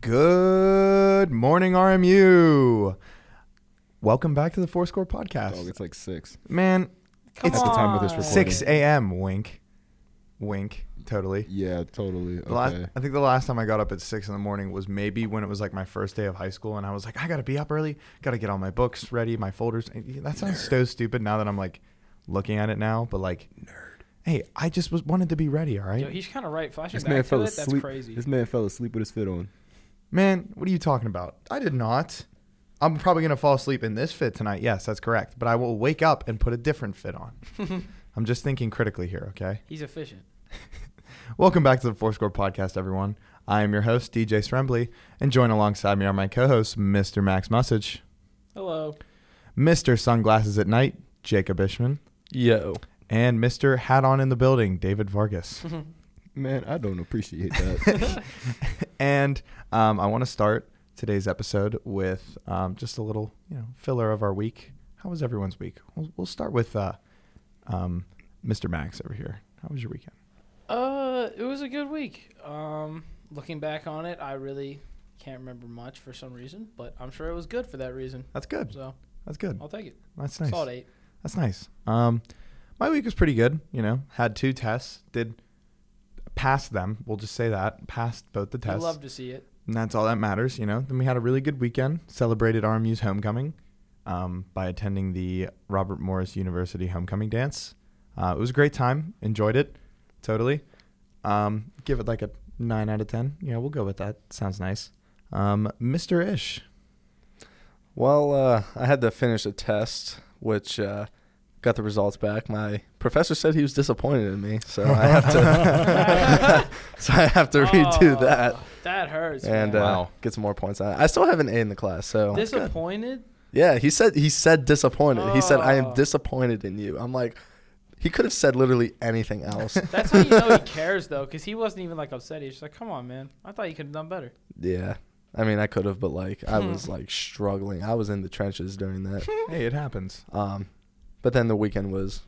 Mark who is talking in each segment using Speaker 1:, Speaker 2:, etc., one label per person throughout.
Speaker 1: Good morning, RMU. Welcome back to the Four Score
Speaker 2: Dog,
Speaker 1: Podcast.
Speaker 2: it's like six.
Speaker 1: Man,
Speaker 3: Come
Speaker 1: It's
Speaker 3: on.
Speaker 1: the
Speaker 2: time of this recording.
Speaker 1: six a.m. Wink, wink. Totally.
Speaker 2: Yeah, totally.
Speaker 1: The last,
Speaker 2: Okay.
Speaker 1: I think the last time I got up at six in the morning was maybe when it was like my first day of high school, and I was like, I gotta be up early, gotta get all my books ready, my folders. And That sounds so stupid now that I'm like looking at it now, but like, nerd. Hey, I just was wanted to be ready. All right,
Speaker 3: Yo, he's kind of right. Flashing
Speaker 2: This
Speaker 3: back
Speaker 2: man
Speaker 3: to
Speaker 2: fell
Speaker 3: it,
Speaker 2: asleep.
Speaker 3: that's crazy.
Speaker 2: This man fell asleep with his fit on.
Speaker 1: Man, what are you talking about? I did not. I'm probably going to fall asleep in this fit tonight. Yes, that's correct. But I will wake up and put a different fit on. I'm just thinking critically here, okay?
Speaker 3: He's efficient.
Speaker 1: Welcome back to the Four Score Podcast, everyone. I am your host, DJ Srembly, and join alongside me are my co hosts, Mr. Max Musage,
Speaker 3: Hello.
Speaker 1: Mr. Sunglasses at Night, Jacob Ishman,
Speaker 4: Yo.
Speaker 1: and Mr. Hat On in the Building, David Vargas.
Speaker 2: Man, I don't appreciate that.
Speaker 1: and um, I want to start today's episode with um, just a little, you know, filler of our week. How was everyone's week? We'll, we'll start with uh, um, Mr. Max over here. How was your weekend?
Speaker 3: Uh, it was a good week. Um, looking back on it, I really can't remember much for some reason, but I'm sure it was good for that reason.
Speaker 1: That's good.
Speaker 3: So
Speaker 1: That's good.
Speaker 3: I'll take it.
Speaker 1: That's nice.
Speaker 3: Solid eight.
Speaker 1: That's nice. Um, my week was pretty good. You know, had two tests. Did pass them. We'll just say that passed both the
Speaker 3: I
Speaker 1: tests.
Speaker 3: love to see it.
Speaker 1: and that's all that matters, you know. Then we had a really good weekend. Celebrated RMU's homecoming um, by attending the Robert Morris University homecoming dance. Uh, it was a great time. Enjoyed it totally. Um, give it like a nine out of ten. Yeah, we'll go with that. Sounds nice. Um, Mr. Ish,
Speaker 4: Well, uh, I had to finish a test, which uh, got the results back. My professor said he was disappointed in me, so I have to, so I have to redo
Speaker 3: Oh,
Speaker 4: that
Speaker 3: That hurts.
Speaker 4: and uh,
Speaker 3: man.
Speaker 1: Wow.
Speaker 4: get some more points. I, I still have an A in the class, so
Speaker 3: disappointed.
Speaker 4: yeah. He said he said disappointed. He said I am
Speaker 3: Oh.
Speaker 4: disappointed in you. I'm like, he could have said literally anything else.
Speaker 3: That's how you know he cares, though, because he wasn't even like upset. He's just like, "Come on, man! I thought you could have done better."
Speaker 4: yeah, I mean I could have, but like I was like struggling. I was in the trenches during that.
Speaker 1: hey, it happens.
Speaker 4: Um, but then the weekend was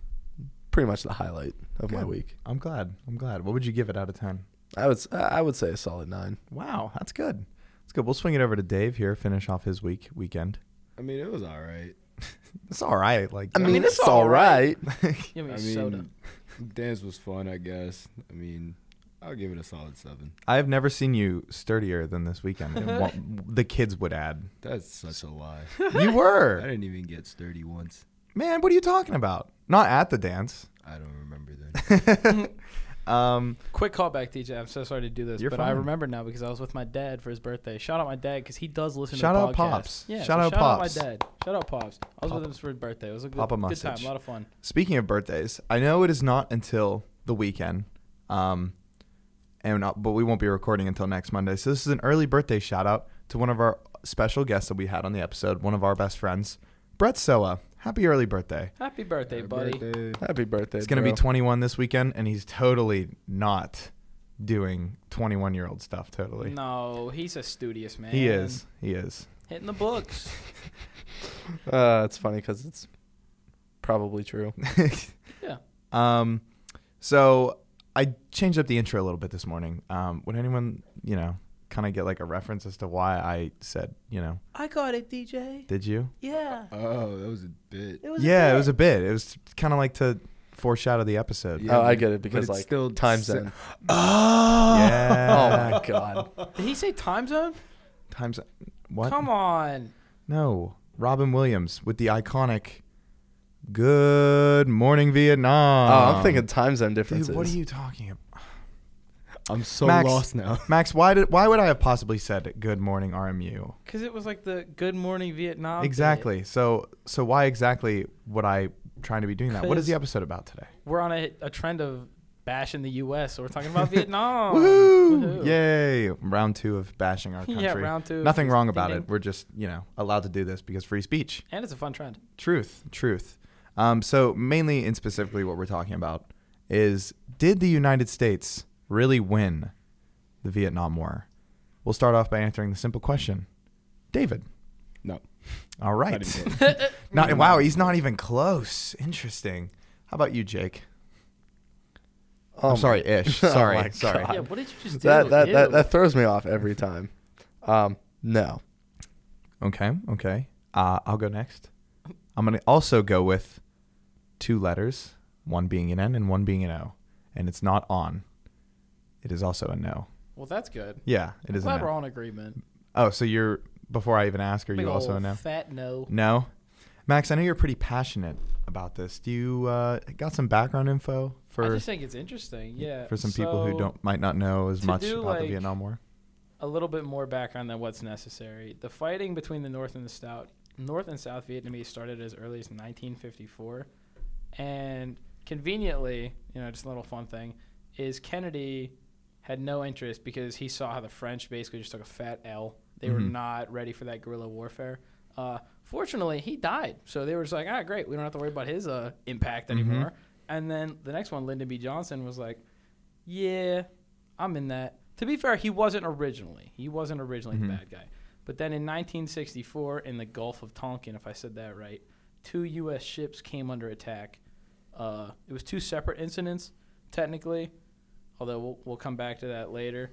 Speaker 4: pretty much the highlight of my
Speaker 1: Good.
Speaker 4: week.
Speaker 1: I'm glad. I'm glad. What would you give it out of ten?
Speaker 4: I would s- I would say a solid nine.
Speaker 1: Wow, that's good. That's good. We'll swing it over to Dave here. Finish off his week weekend.
Speaker 2: I mean, it was all right.
Speaker 1: It's all right. Like
Speaker 4: I mean,
Speaker 3: mean,
Speaker 4: it's
Speaker 3: it's
Speaker 4: all right.
Speaker 3: Give me
Speaker 2: I
Speaker 3: a
Speaker 2: mean,
Speaker 3: soda.
Speaker 2: dance was fun, I guess. I mean, I'll give it a solid seven.
Speaker 1: I have never seen you sturdier than this weekend. and what the kids would add.
Speaker 2: That's such a lie.
Speaker 1: You
Speaker 2: I
Speaker 1: were.
Speaker 2: didn't even get sturdy once.
Speaker 1: Man, what are you talking about? Not at the dance.
Speaker 2: I don't remember then.
Speaker 1: Um,
Speaker 3: Quick callback, DJ. I'm so sorry to do this,
Speaker 1: You're
Speaker 3: but I
Speaker 1: fine.
Speaker 3: remember now because I was with my dad for his birthday. Shout out my dad because he does listen
Speaker 1: Shout
Speaker 3: to the
Speaker 1: out
Speaker 3: podcast.
Speaker 1: Pops.
Speaker 3: Yeah,
Speaker 1: Shout
Speaker 3: so
Speaker 1: out
Speaker 3: shout
Speaker 1: Pops.
Speaker 3: out my dad. Shout out Pops. I was
Speaker 1: Papa-
Speaker 3: with him for his birthday. It was a good,
Speaker 1: Papa
Speaker 3: good time.
Speaker 1: Mussage.
Speaker 3: A lot of fun.
Speaker 1: speaking of birthdays, I know it is not until the weekend, um, and not, but we won't be recording until next Monday. So this is an early birthday shout out to one of our special guests that we had on the episode, one of our best friends, Brett Soa. Happy early birthday!
Speaker 3: Happy birthday,
Speaker 2: Happy
Speaker 3: buddy.
Speaker 2: birthday.
Speaker 4: Happy birthday.
Speaker 1: He's going to be
Speaker 4: bro.
Speaker 1: 21 this weekend, and he's totally not doing 21 year old stuff. Totally,
Speaker 3: No, he's a studious man.
Speaker 1: he is. He is.
Speaker 3: hitting the books.
Speaker 4: Uh, it's funny because it's probably true.
Speaker 3: yeah,
Speaker 1: Um, so I changed up the intro a little bit this morning. Um, would anyone, you know, kind of get like a reference as to why I said, you know,
Speaker 3: I got it, DJ.
Speaker 1: did you?
Speaker 3: Yeah,
Speaker 2: Oh, that was a bit.
Speaker 3: it was.
Speaker 1: yeah, it was a bit. It was kind of like to foreshadow the episode.
Speaker 2: Yeah,
Speaker 4: oh, I
Speaker 2: but-
Speaker 4: get it
Speaker 2: but
Speaker 4: because
Speaker 2: it's
Speaker 4: like
Speaker 2: still
Speaker 4: times
Speaker 2: se-
Speaker 4: in.
Speaker 1: Yeah.
Speaker 4: Oh my god.
Speaker 3: Did he say time zone?
Speaker 1: Times. What?
Speaker 3: Come on.
Speaker 1: No. Robin Williams with the iconic "Good Morning Vietnam."
Speaker 4: Oh, I'm thinking times end differences.
Speaker 1: Dude, what are you talking about,
Speaker 2: I'm so
Speaker 1: Max-
Speaker 2: lost now.
Speaker 1: Max? Why did? Why would I have possibly said "Good Morning RMU"?
Speaker 3: Because it was like the Good Morning Vietnam. bit.
Speaker 1: Exactly. So so why exactly would I trying to be doing that? What is
Speaker 3: 'Cause-
Speaker 1: the episode about today?
Speaker 3: We're on a, a trend of bashing the U.S., so we're talking about Vietnam.
Speaker 1: Woohoo!
Speaker 3: Woohoo.
Speaker 1: Yay! Round two of bashing our country.
Speaker 3: Yeah, round two.
Speaker 1: Nothing
Speaker 3: Just
Speaker 1: wrong about
Speaker 3: ding
Speaker 1: it. We're just you know allowed to do this because free speech.
Speaker 3: And it's a fun trend.
Speaker 1: Truth. Truth. Um, so mainly and specifically what we're talking about is did the United States really win the Vietnam War? We'll start off by answering the simple question, David.
Speaker 2: No.
Speaker 1: All
Speaker 2: I
Speaker 1: right.
Speaker 2: didn't get it.
Speaker 1: Not wow, he's not even close. Interesting. How about you, Jake?
Speaker 4: Oh
Speaker 1: I'm
Speaker 4: my-
Speaker 1: sorry, Ish.
Speaker 4: Oh
Speaker 1: Sorry,
Speaker 4: my
Speaker 1: sorry.
Speaker 4: God.
Speaker 3: Yeah, what did you just do?
Speaker 4: That that, that
Speaker 3: Ew.
Speaker 4: that throws me off every time. Um, no.
Speaker 1: Okay, okay. Uh, I'll go next. I'm going to also go with two letters, one being an N and one being an O. And it's not on. It is also a no.
Speaker 3: Well, that's good.
Speaker 1: Yeah, it
Speaker 3: I'm
Speaker 1: is
Speaker 3: glad
Speaker 1: a
Speaker 3: we're
Speaker 1: no.
Speaker 3: all in agreement.
Speaker 1: Oh, so you're, before I even ask, are
Speaker 3: Big
Speaker 1: you also a
Speaker 3: ol'
Speaker 1: no?
Speaker 3: Fat no.
Speaker 1: No? Max, I know you're pretty passionate about this. Do you uh, got some background info
Speaker 3: I
Speaker 1: for
Speaker 3: just think it's interesting. Yeah.
Speaker 1: for some people who
Speaker 3: so-
Speaker 1: don't might not know as
Speaker 3: to
Speaker 1: much
Speaker 3: do,
Speaker 1: about the
Speaker 3: like,
Speaker 1: Vietnam War?
Speaker 3: a little bit more background than what's necessary. The fighting between the North and the South, North and South Vietnamese started as early as 1954, and conveniently, you know, just a little fun thing, is Kennedy had no interest because he saw how the French basically just took a fat L. They were
Speaker 1: Mhm.
Speaker 3: not ready for that guerrilla warfare. Uh, fortunately, he died, so they were just like, ah, great, we don't have to worry about his uh, impact
Speaker 1: Mhm.
Speaker 3: anymore. And then the next one, Lyndon B. Johnson was like, yeah, I'm in that. To be fair, he wasn't originally. He wasn't originally the
Speaker 1: Mhm.
Speaker 3: bad guy. But then in 1964, in the Gulf of Tonkin, if I said that right, two U.S. ships came under attack. Uh, it was two separate incidents, technically, although we'll, we'll come back to that later.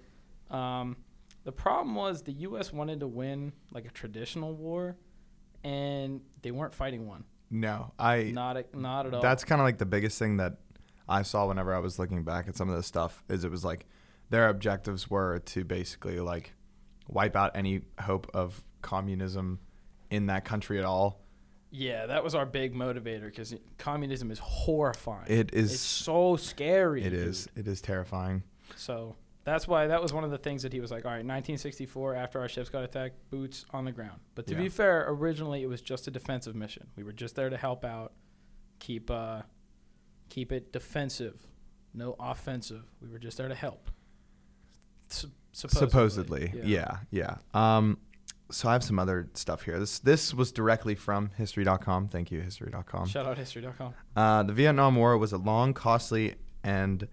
Speaker 3: Um, the problem was the U.S. wanted to win like a traditional war, and they weren't fighting one.
Speaker 1: No, I
Speaker 3: Not a, not at all.
Speaker 1: That's kind of like the biggest thing that I saw whenever I was looking back at some of this stuff is it was like their objectives were to basically like wipe out any hope of communism in that country at all.
Speaker 3: yeah, that was our big motivator because communism is horrifying.
Speaker 1: It is
Speaker 3: It's so scary.
Speaker 1: it
Speaker 3: dude.
Speaker 1: is it is terrifying.
Speaker 3: So that's why that was one of the things that he was like, all right, 1964, after our ships got attacked, boots on the ground. But to
Speaker 1: Yeah.
Speaker 3: be fair, originally it was just a defensive mission. We were just there to help out, keep uh, keep it defensive, no offensive. We were just there to help. Sup-
Speaker 1: Supposedly. Yeah. yeah, Um so I have some other stuff here. This this was directly from history.com. Thank you history.com.
Speaker 3: Shout out history.com.
Speaker 1: Uh, the Vietnam War was a long, costly, and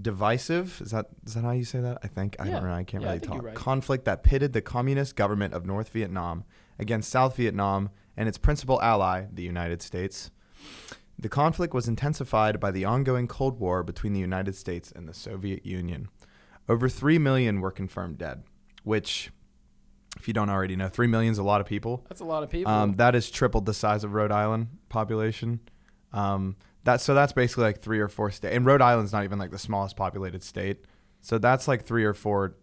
Speaker 1: divisive. Is that is that how you say that? I think I
Speaker 3: Yeah.
Speaker 1: don't know. I can't
Speaker 3: Yeah, I
Speaker 1: really
Speaker 3: think you're
Speaker 1: talk.
Speaker 3: right.
Speaker 1: Conflict that pitted the communist government of North Vietnam against South Vietnam and its principal ally, the United States. The conflict was intensified by the ongoing Cold War between the United States and the Soviet Union. Over 3 million were confirmed dead, which, if you don't already know, 3 million is a lot of people.
Speaker 3: That's a lot of people.
Speaker 1: Um, that is tripled the size of Rhode Island population. Um, that so that's basically like three or four states, and Rhode Island's not even like the smallest populated state. So that's like three or four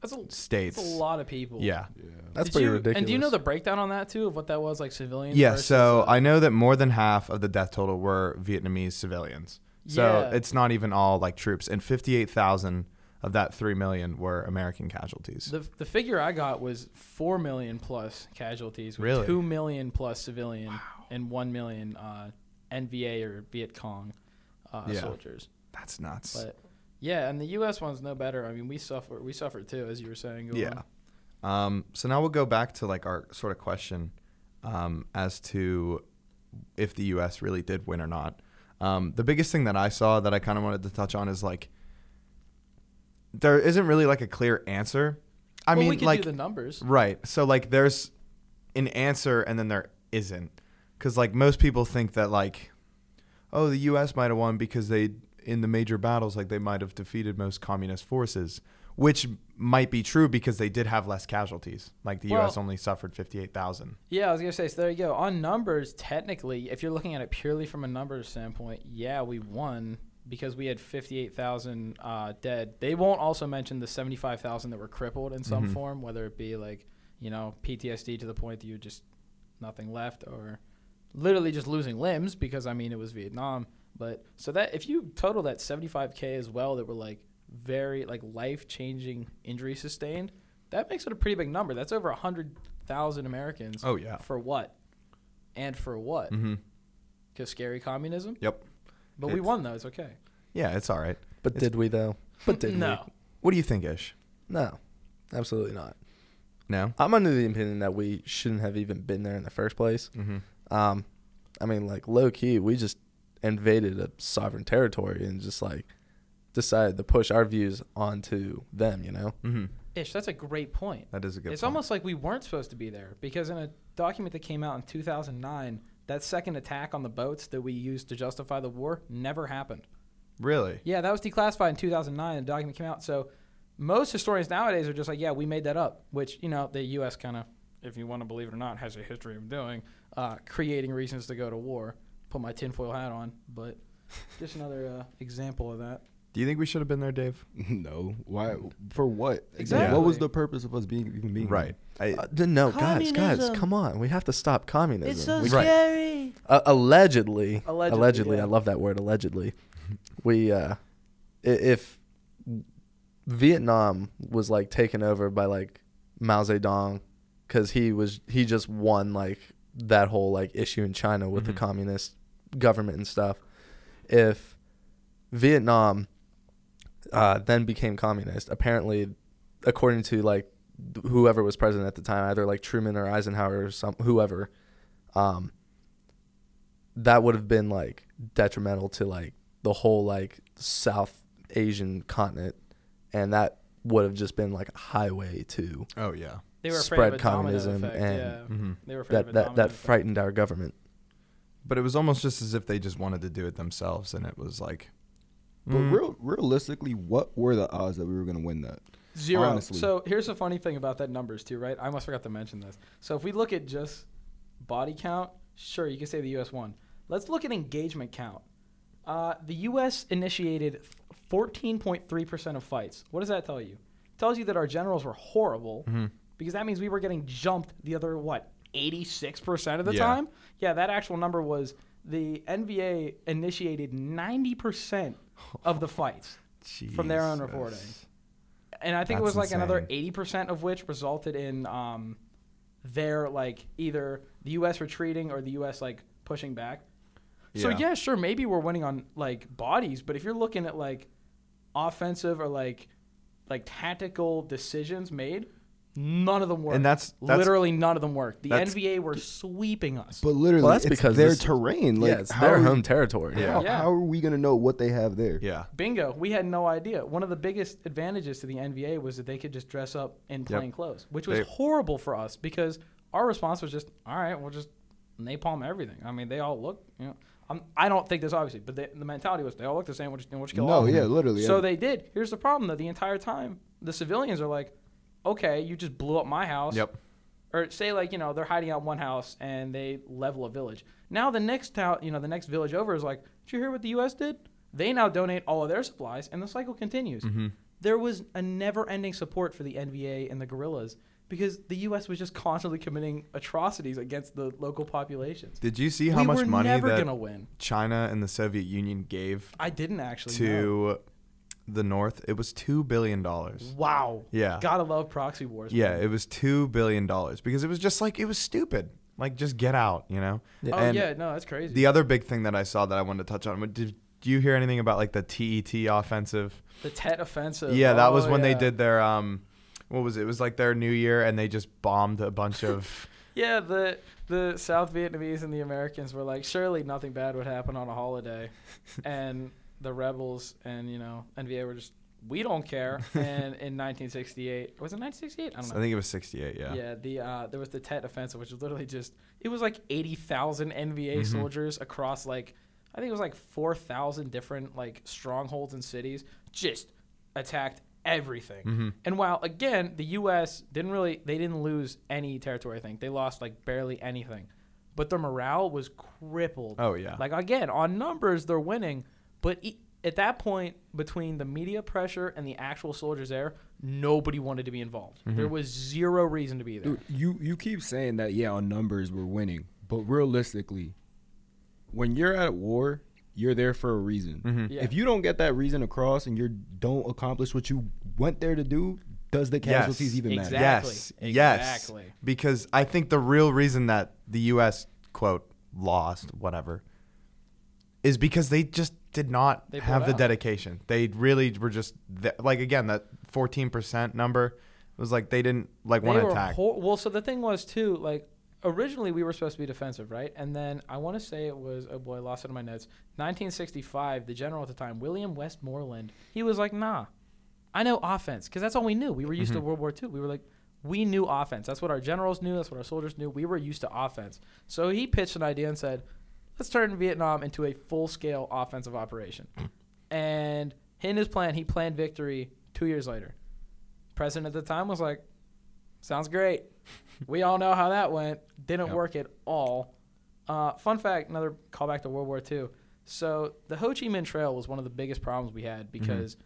Speaker 3: that's, a,
Speaker 1: states.
Speaker 3: that's a lot of people.
Speaker 1: Yeah,
Speaker 2: Yeah.
Speaker 4: That's
Speaker 3: Did
Speaker 4: pretty
Speaker 3: you-
Speaker 4: ridiculous.
Speaker 3: And do you know the breakdown on that too of what that was like civilians?
Speaker 1: yeah.
Speaker 3: versus,
Speaker 1: So
Speaker 3: uh,
Speaker 1: I know that more than half of the death total were Vietnamese civilians. So
Speaker 3: Yeah.
Speaker 1: it's not even all like troops, and fifty-eight thousand of that three million were American casualties.
Speaker 3: The, the figure I got was four million plus casualties, with
Speaker 1: Really?
Speaker 3: two million plus civilian and one million uh, NVA or Viet Cong uh,
Speaker 1: Yeah.
Speaker 3: soldiers.
Speaker 1: that's nuts.
Speaker 3: But yeah, and the U.S. one's no better. I mean, we suffer we suffered too, as you were saying. Go
Speaker 1: Yeah.
Speaker 3: on.
Speaker 1: Um, so now we'll go back to like our sort of question um, as to if the U.S. really did win or not. Um, the biggest thing that I saw that I kind of wanted to touch on is like there isn't really like a clear answer. I
Speaker 3: Well, we
Speaker 1: mean,
Speaker 3: could
Speaker 1: like
Speaker 3: do the numbers.
Speaker 1: right. So like there's an answer and then there isn't because like most people think that like oh the U.S. might have won because they in the major battles like they might have defeated most communist forces, which might be true because they did have less casualties. Like the
Speaker 3: Well-
Speaker 1: U.S. only suffered fifty-eight thousand.
Speaker 3: Yeah, I was gonna say. So there you go. On numbers, technically, if you're looking at it purely from a numbers standpoint, yeah, we won because we had 58,000 uh, dead. They won't also mention the 75,000 that were crippled in some
Speaker 1: Mhm.
Speaker 3: form, whether it be like you know PTSD to the point that you just nothing left, or literally just losing limbs because I mean it was Vietnam. But so that if you total that 75k as well, that were like very like life changing injury sustained, that makes it a pretty big number. That's over 100,000 Americans.
Speaker 1: Oh yeah.
Speaker 3: For what? And for what?
Speaker 1: Mm-hmm.
Speaker 3: Because scary communism?
Speaker 1: Yep.
Speaker 3: But we
Speaker 1: It's-
Speaker 3: won, though. It's okay.
Speaker 1: Yeah, it's all right.
Speaker 4: But did we though? But did
Speaker 3: no.
Speaker 1: What do you think, Ish?
Speaker 4: we? No. Absolutely not.
Speaker 1: No.
Speaker 4: I'm under the opinion that we shouldn't have even been there in the first place.
Speaker 1: Mm-hmm.
Speaker 4: Um, I mean, like low key, we just invaded a sovereign territory and just like decided to push our views onto them. You know?
Speaker 1: Mm-hmm.
Speaker 3: Ish, that's a great point.
Speaker 1: That is a good.
Speaker 3: it's
Speaker 1: point.
Speaker 3: almost like we weren't supposed to be there because in a document that came out in 2009, that second attack on the boats that we used to justify the war never happened.
Speaker 1: really.
Speaker 3: Yeah, that was declassified in 2009. The document came out. So most historians nowadays are just like, yeah, we made that up, which, you know, the U.S. kind of, if you want to believe it or not, has a history of doing, uh, creating reasons to go to war. Put my tinfoil hat on, but just another uh, example of that.
Speaker 1: Do you think we should have been there, Dave?
Speaker 2: no. Why? For what?
Speaker 3: Exactly.
Speaker 2: What was the purpose of us being even being? here?
Speaker 1: I,
Speaker 4: Uh, d- no, guys, guys,
Speaker 5: Communism.
Speaker 4: come on. We have to stop communism.
Speaker 5: It's so
Speaker 4: We-
Speaker 1: Right.
Speaker 5: scary.
Speaker 4: uh, allegedly,
Speaker 3: Allegedly,
Speaker 4: allegedly,
Speaker 3: yeah.
Speaker 4: I love that word, allegedly. we, uh, i- if Vietnam was like taken over by like Mao Zedong, because he was he just won like that whole like issue in China with
Speaker 1: Mhm.
Speaker 4: the communist government and stuff. If Vietnam uh, then became communist, apparently, according to like th- whoever was president at the time, either like Truman or Eisenhower or some whoever, um, that would have been like detrimental to like the whole like South Asian continent, and that would have just been like a highway to
Speaker 1: oh yeah.
Speaker 3: They were afraid
Speaker 4: Spread
Speaker 3: of a domino
Speaker 4: communism
Speaker 3: effect,
Speaker 4: and
Speaker 3: yeah.
Speaker 1: hmm
Speaker 3: They were afraid of a
Speaker 4: that that
Speaker 3: domino
Speaker 4: that
Speaker 3: effect.
Speaker 4: frightened our government.
Speaker 1: But it was almost just as if they just wanted to do it themselves, and it was like,
Speaker 2: But
Speaker 1: mm,
Speaker 2: real, realistically, what were the odds that we were going to win that?
Speaker 3: Zero.
Speaker 2: Honestly.
Speaker 3: So here's the funny thing about that numbers too, right? I almost forgot to mention this. So if we look at just body count, sure, you can say the U.S. won. Let's look at engagement count. Uh, the U.S. initiated 14.3 percent of fights. What does that tell you? It tells you that our generals were horrible because that means we were getting jumped the other what 86 percent of the
Speaker 1: Yeah.
Speaker 3: time. Yeah, that actual number was the NVA initiated 90 percent of the fights from their own reporting.
Speaker 1: Jesus.
Speaker 3: and I think it
Speaker 1: That's
Speaker 3: was like another
Speaker 1: insane.
Speaker 3: eighty percent of which resulted in um, their like either the U.S. retreating or the U.S. like pushing back. So
Speaker 1: Yeah.
Speaker 3: yeah, sure, maybe we're winning on like bodies, but if you're looking at like offensive or like like tactical decisions made, none of them worked.
Speaker 1: And that's- that's-
Speaker 3: literally none of them worked. The
Speaker 1: that's-
Speaker 3: NVA were sweeping us.
Speaker 2: But literally,
Speaker 4: Well, that's
Speaker 2: it's
Speaker 4: because
Speaker 2: their
Speaker 4: this-
Speaker 2: terrain. Like,
Speaker 4: yeah, it's
Speaker 2: how
Speaker 4: their
Speaker 2: are-
Speaker 4: home territory.
Speaker 1: Yeah.
Speaker 2: How,
Speaker 3: Yeah.
Speaker 2: how are we going to know what they have there?
Speaker 1: Yeah.
Speaker 3: Bingo, we had no idea. One of the biggest advantages to the NVA was that they could just dress up in plain clothes, which was
Speaker 1: They-
Speaker 3: horrible for us because our response was just, all right, we'll just napalm everything. I mean, they all look, you know, I'm, I don't think this obviously, but they, the mentality was they all look the same, we'll just, we'll just kill all
Speaker 2: No,
Speaker 3: of them.
Speaker 2: yeah, literally.
Speaker 3: So
Speaker 2: yeah.
Speaker 3: they did. Here's the problem, though. The entire time, the civilians are like, okay, you just blew up my house.
Speaker 1: Yep.
Speaker 3: Or say like you know they're hiding out in one house and they level a village. Now the next town, you know, the next village over is like, did you hear what the U.S. did? They now donate all of their supplies, and the cycle continues.
Speaker 1: Mm-hmm.
Speaker 3: There was a never-ending support for the NVA and the guerrillas because the U.S. was just constantly committing atrocities against the local populations.
Speaker 1: Did you see how
Speaker 3: we
Speaker 1: much
Speaker 3: were
Speaker 1: money
Speaker 3: never
Speaker 1: that
Speaker 3: gonna win.
Speaker 1: China and the Soviet Union gave
Speaker 3: I didn't actually. know.
Speaker 1: to the North? It was two billion dollars.
Speaker 3: Wow.
Speaker 1: Yeah.
Speaker 3: Gotta love proxy wars.
Speaker 1: Yeah, it was two billion dollars because it was just like it was stupid. Like just get out, you know.
Speaker 3: Oh
Speaker 1: And
Speaker 3: yeah, no, that's crazy.
Speaker 1: The other big thing that I saw that I wanted to touch on. Did, do you hear anything about like the TET offensive?
Speaker 3: The Tet offensive.
Speaker 1: Yeah, that
Speaker 3: Oh,
Speaker 1: was when they
Speaker 3: yeah.
Speaker 1: did their um, what was it? It was like their New Year, and they just bombed a bunch of.
Speaker 3: Yeah, the the South Vietnamese and the Americans were like, surely nothing bad would happen on a holiday, and the rebels and you know NVA were just, we don't care. And in 1968, was it 1968? I
Speaker 1: I
Speaker 3: don't know.
Speaker 1: think it was sixty-eight. Yeah.
Speaker 3: Yeah, the uh, there was the Tet offensive, which was literally just it was like eighty thousand
Speaker 1: Mm-hmm.
Speaker 3: NVA soldiers across like I think it was like four thousand different like strongholds and cities, just attacked everything.
Speaker 1: Mm-hmm.
Speaker 3: And while again the U.S. didn't really they didn't lose any territory, I think they lost like barely anything, but their morale was crippled.
Speaker 1: Oh, yeah.
Speaker 3: like again on numbers they're winning, but. E- at that point, between the media pressure and the actual soldiers there, nobody wanted to be involved. There was zero reason to be there.
Speaker 2: Dude, you you keep saying that yeah, on numbers we're winning, but realistically, when you're at war, you're there for a reason.
Speaker 3: Yeah.
Speaker 2: If you don't get that reason across and you don't accomplish what you went there to do, does the
Speaker 1: Yes.
Speaker 2: casualties even matter?
Speaker 3: Exactly.
Speaker 1: Yes. Yes.
Speaker 3: Exactly.
Speaker 1: Because I think the real reason that the U.S. quote lost whatever is because they just did not
Speaker 3: They
Speaker 1: have
Speaker 3: pulled
Speaker 1: the
Speaker 3: out.
Speaker 1: dedication. They really were just th- like again that fourteen percent number was like they didn't like
Speaker 3: They
Speaker 1: want to
Speaker 3: were
Speaker 1: attack.
Speaker 3: hor- well, so the thing was too, like originally we were supposed to be defensive, right? And then I want to say it was oh boy, I lost it in my notes. 1965, the general at the time, William Westmoreland, he was like, nah, I know offense because that's all we knew. We were used
Speaker 1: Mm-hmm.
Speaker 3: to World War II. We were like, we knew offense. That's what our generals knew. That's what our soldiers knew. We were used to offense. So he pitched an idea and said, let's turn Vietnam into a full-scale offensive operation. and in his plan, he planned victory two years later. president at the time was like, "Sounds great." we all know how that went. Didn't
Speaker 2: Yep.
Speaker 3: work at all. Uh, fun fact: another callback to World War II. So the Ho Chi Minh Trail was one of the biggest problems we had because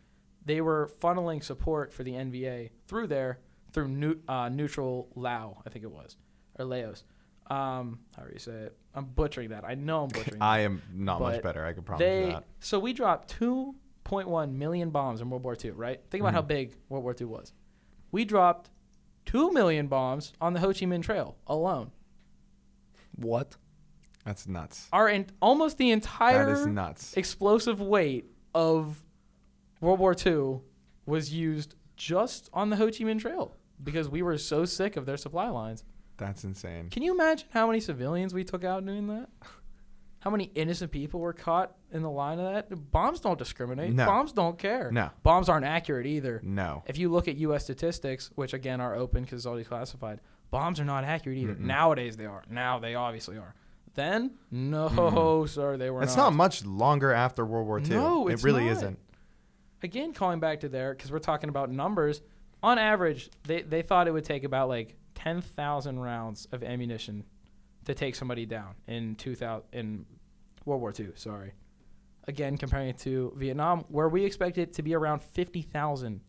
Speaker 3: they were funneling support for the NVA through there through new, uh, neutral Lao, I think it was, or Laos. Um, however you say it. I'm butchering that. I know I'm butchering. that.
Speaker 1: I am not much
Speaker 3: But
Speaker 1: better. I can promise you
Speaker 3: They
Speaker 1: that.
Speaker 3: so we dropped 2.1 million bombs in World War II, right? Think
Speaker 1: Mm-hmm.
Speaker 3: about how big World War II was. We dropped 2 million bombs on the Ho Chi Minh Trail alone.
Speaker 4: What?
Speaker 1: That's nuts.
Speaker 3: Our en- almost the entire
Speaker 1: That is nuts.
Speaker 3: explosive weight of World War II was used just on the Ho Chi Minh Trail because we were so sick of their supply lines.
Speaker 1: That's insane.
Speaker 3: Can you imagine how many civilians we took out doing that? How many innocent people were caught in the line of that? Bombs don't discriminate.
Speaker 1: No.
Speaker 3: Bombs don't care.
Speaker 1: No.
Speaker 3: Bombs aren't accurate either.
Speaker 1: No.
Speaker 3: If you look at U.S. statistics, which again are open because it's already classified, bombs are not accurate either.
Speaker 1: Mm-mm.
Speaker 3: Nowadays they are. Now they obviously are. Then, no, sir, they were
Speaker 1: Mm. It's
Speaker 3: not.
Speaker 1: not much longer after World War II.
Speaker 3: No,
Speaker 1: it
Speaker 3: it's
Speaker 1: really
Speaker 3: not.
Speaker 1: isn't.
Speaker 3: again calling back to there because we're talking about numbers on average they, they thought it would take about like 10,000 rounds of ammunition to take somebody down in 2000 in World War II sorry again comparing it to Vietnam where we expect it to be around 50,000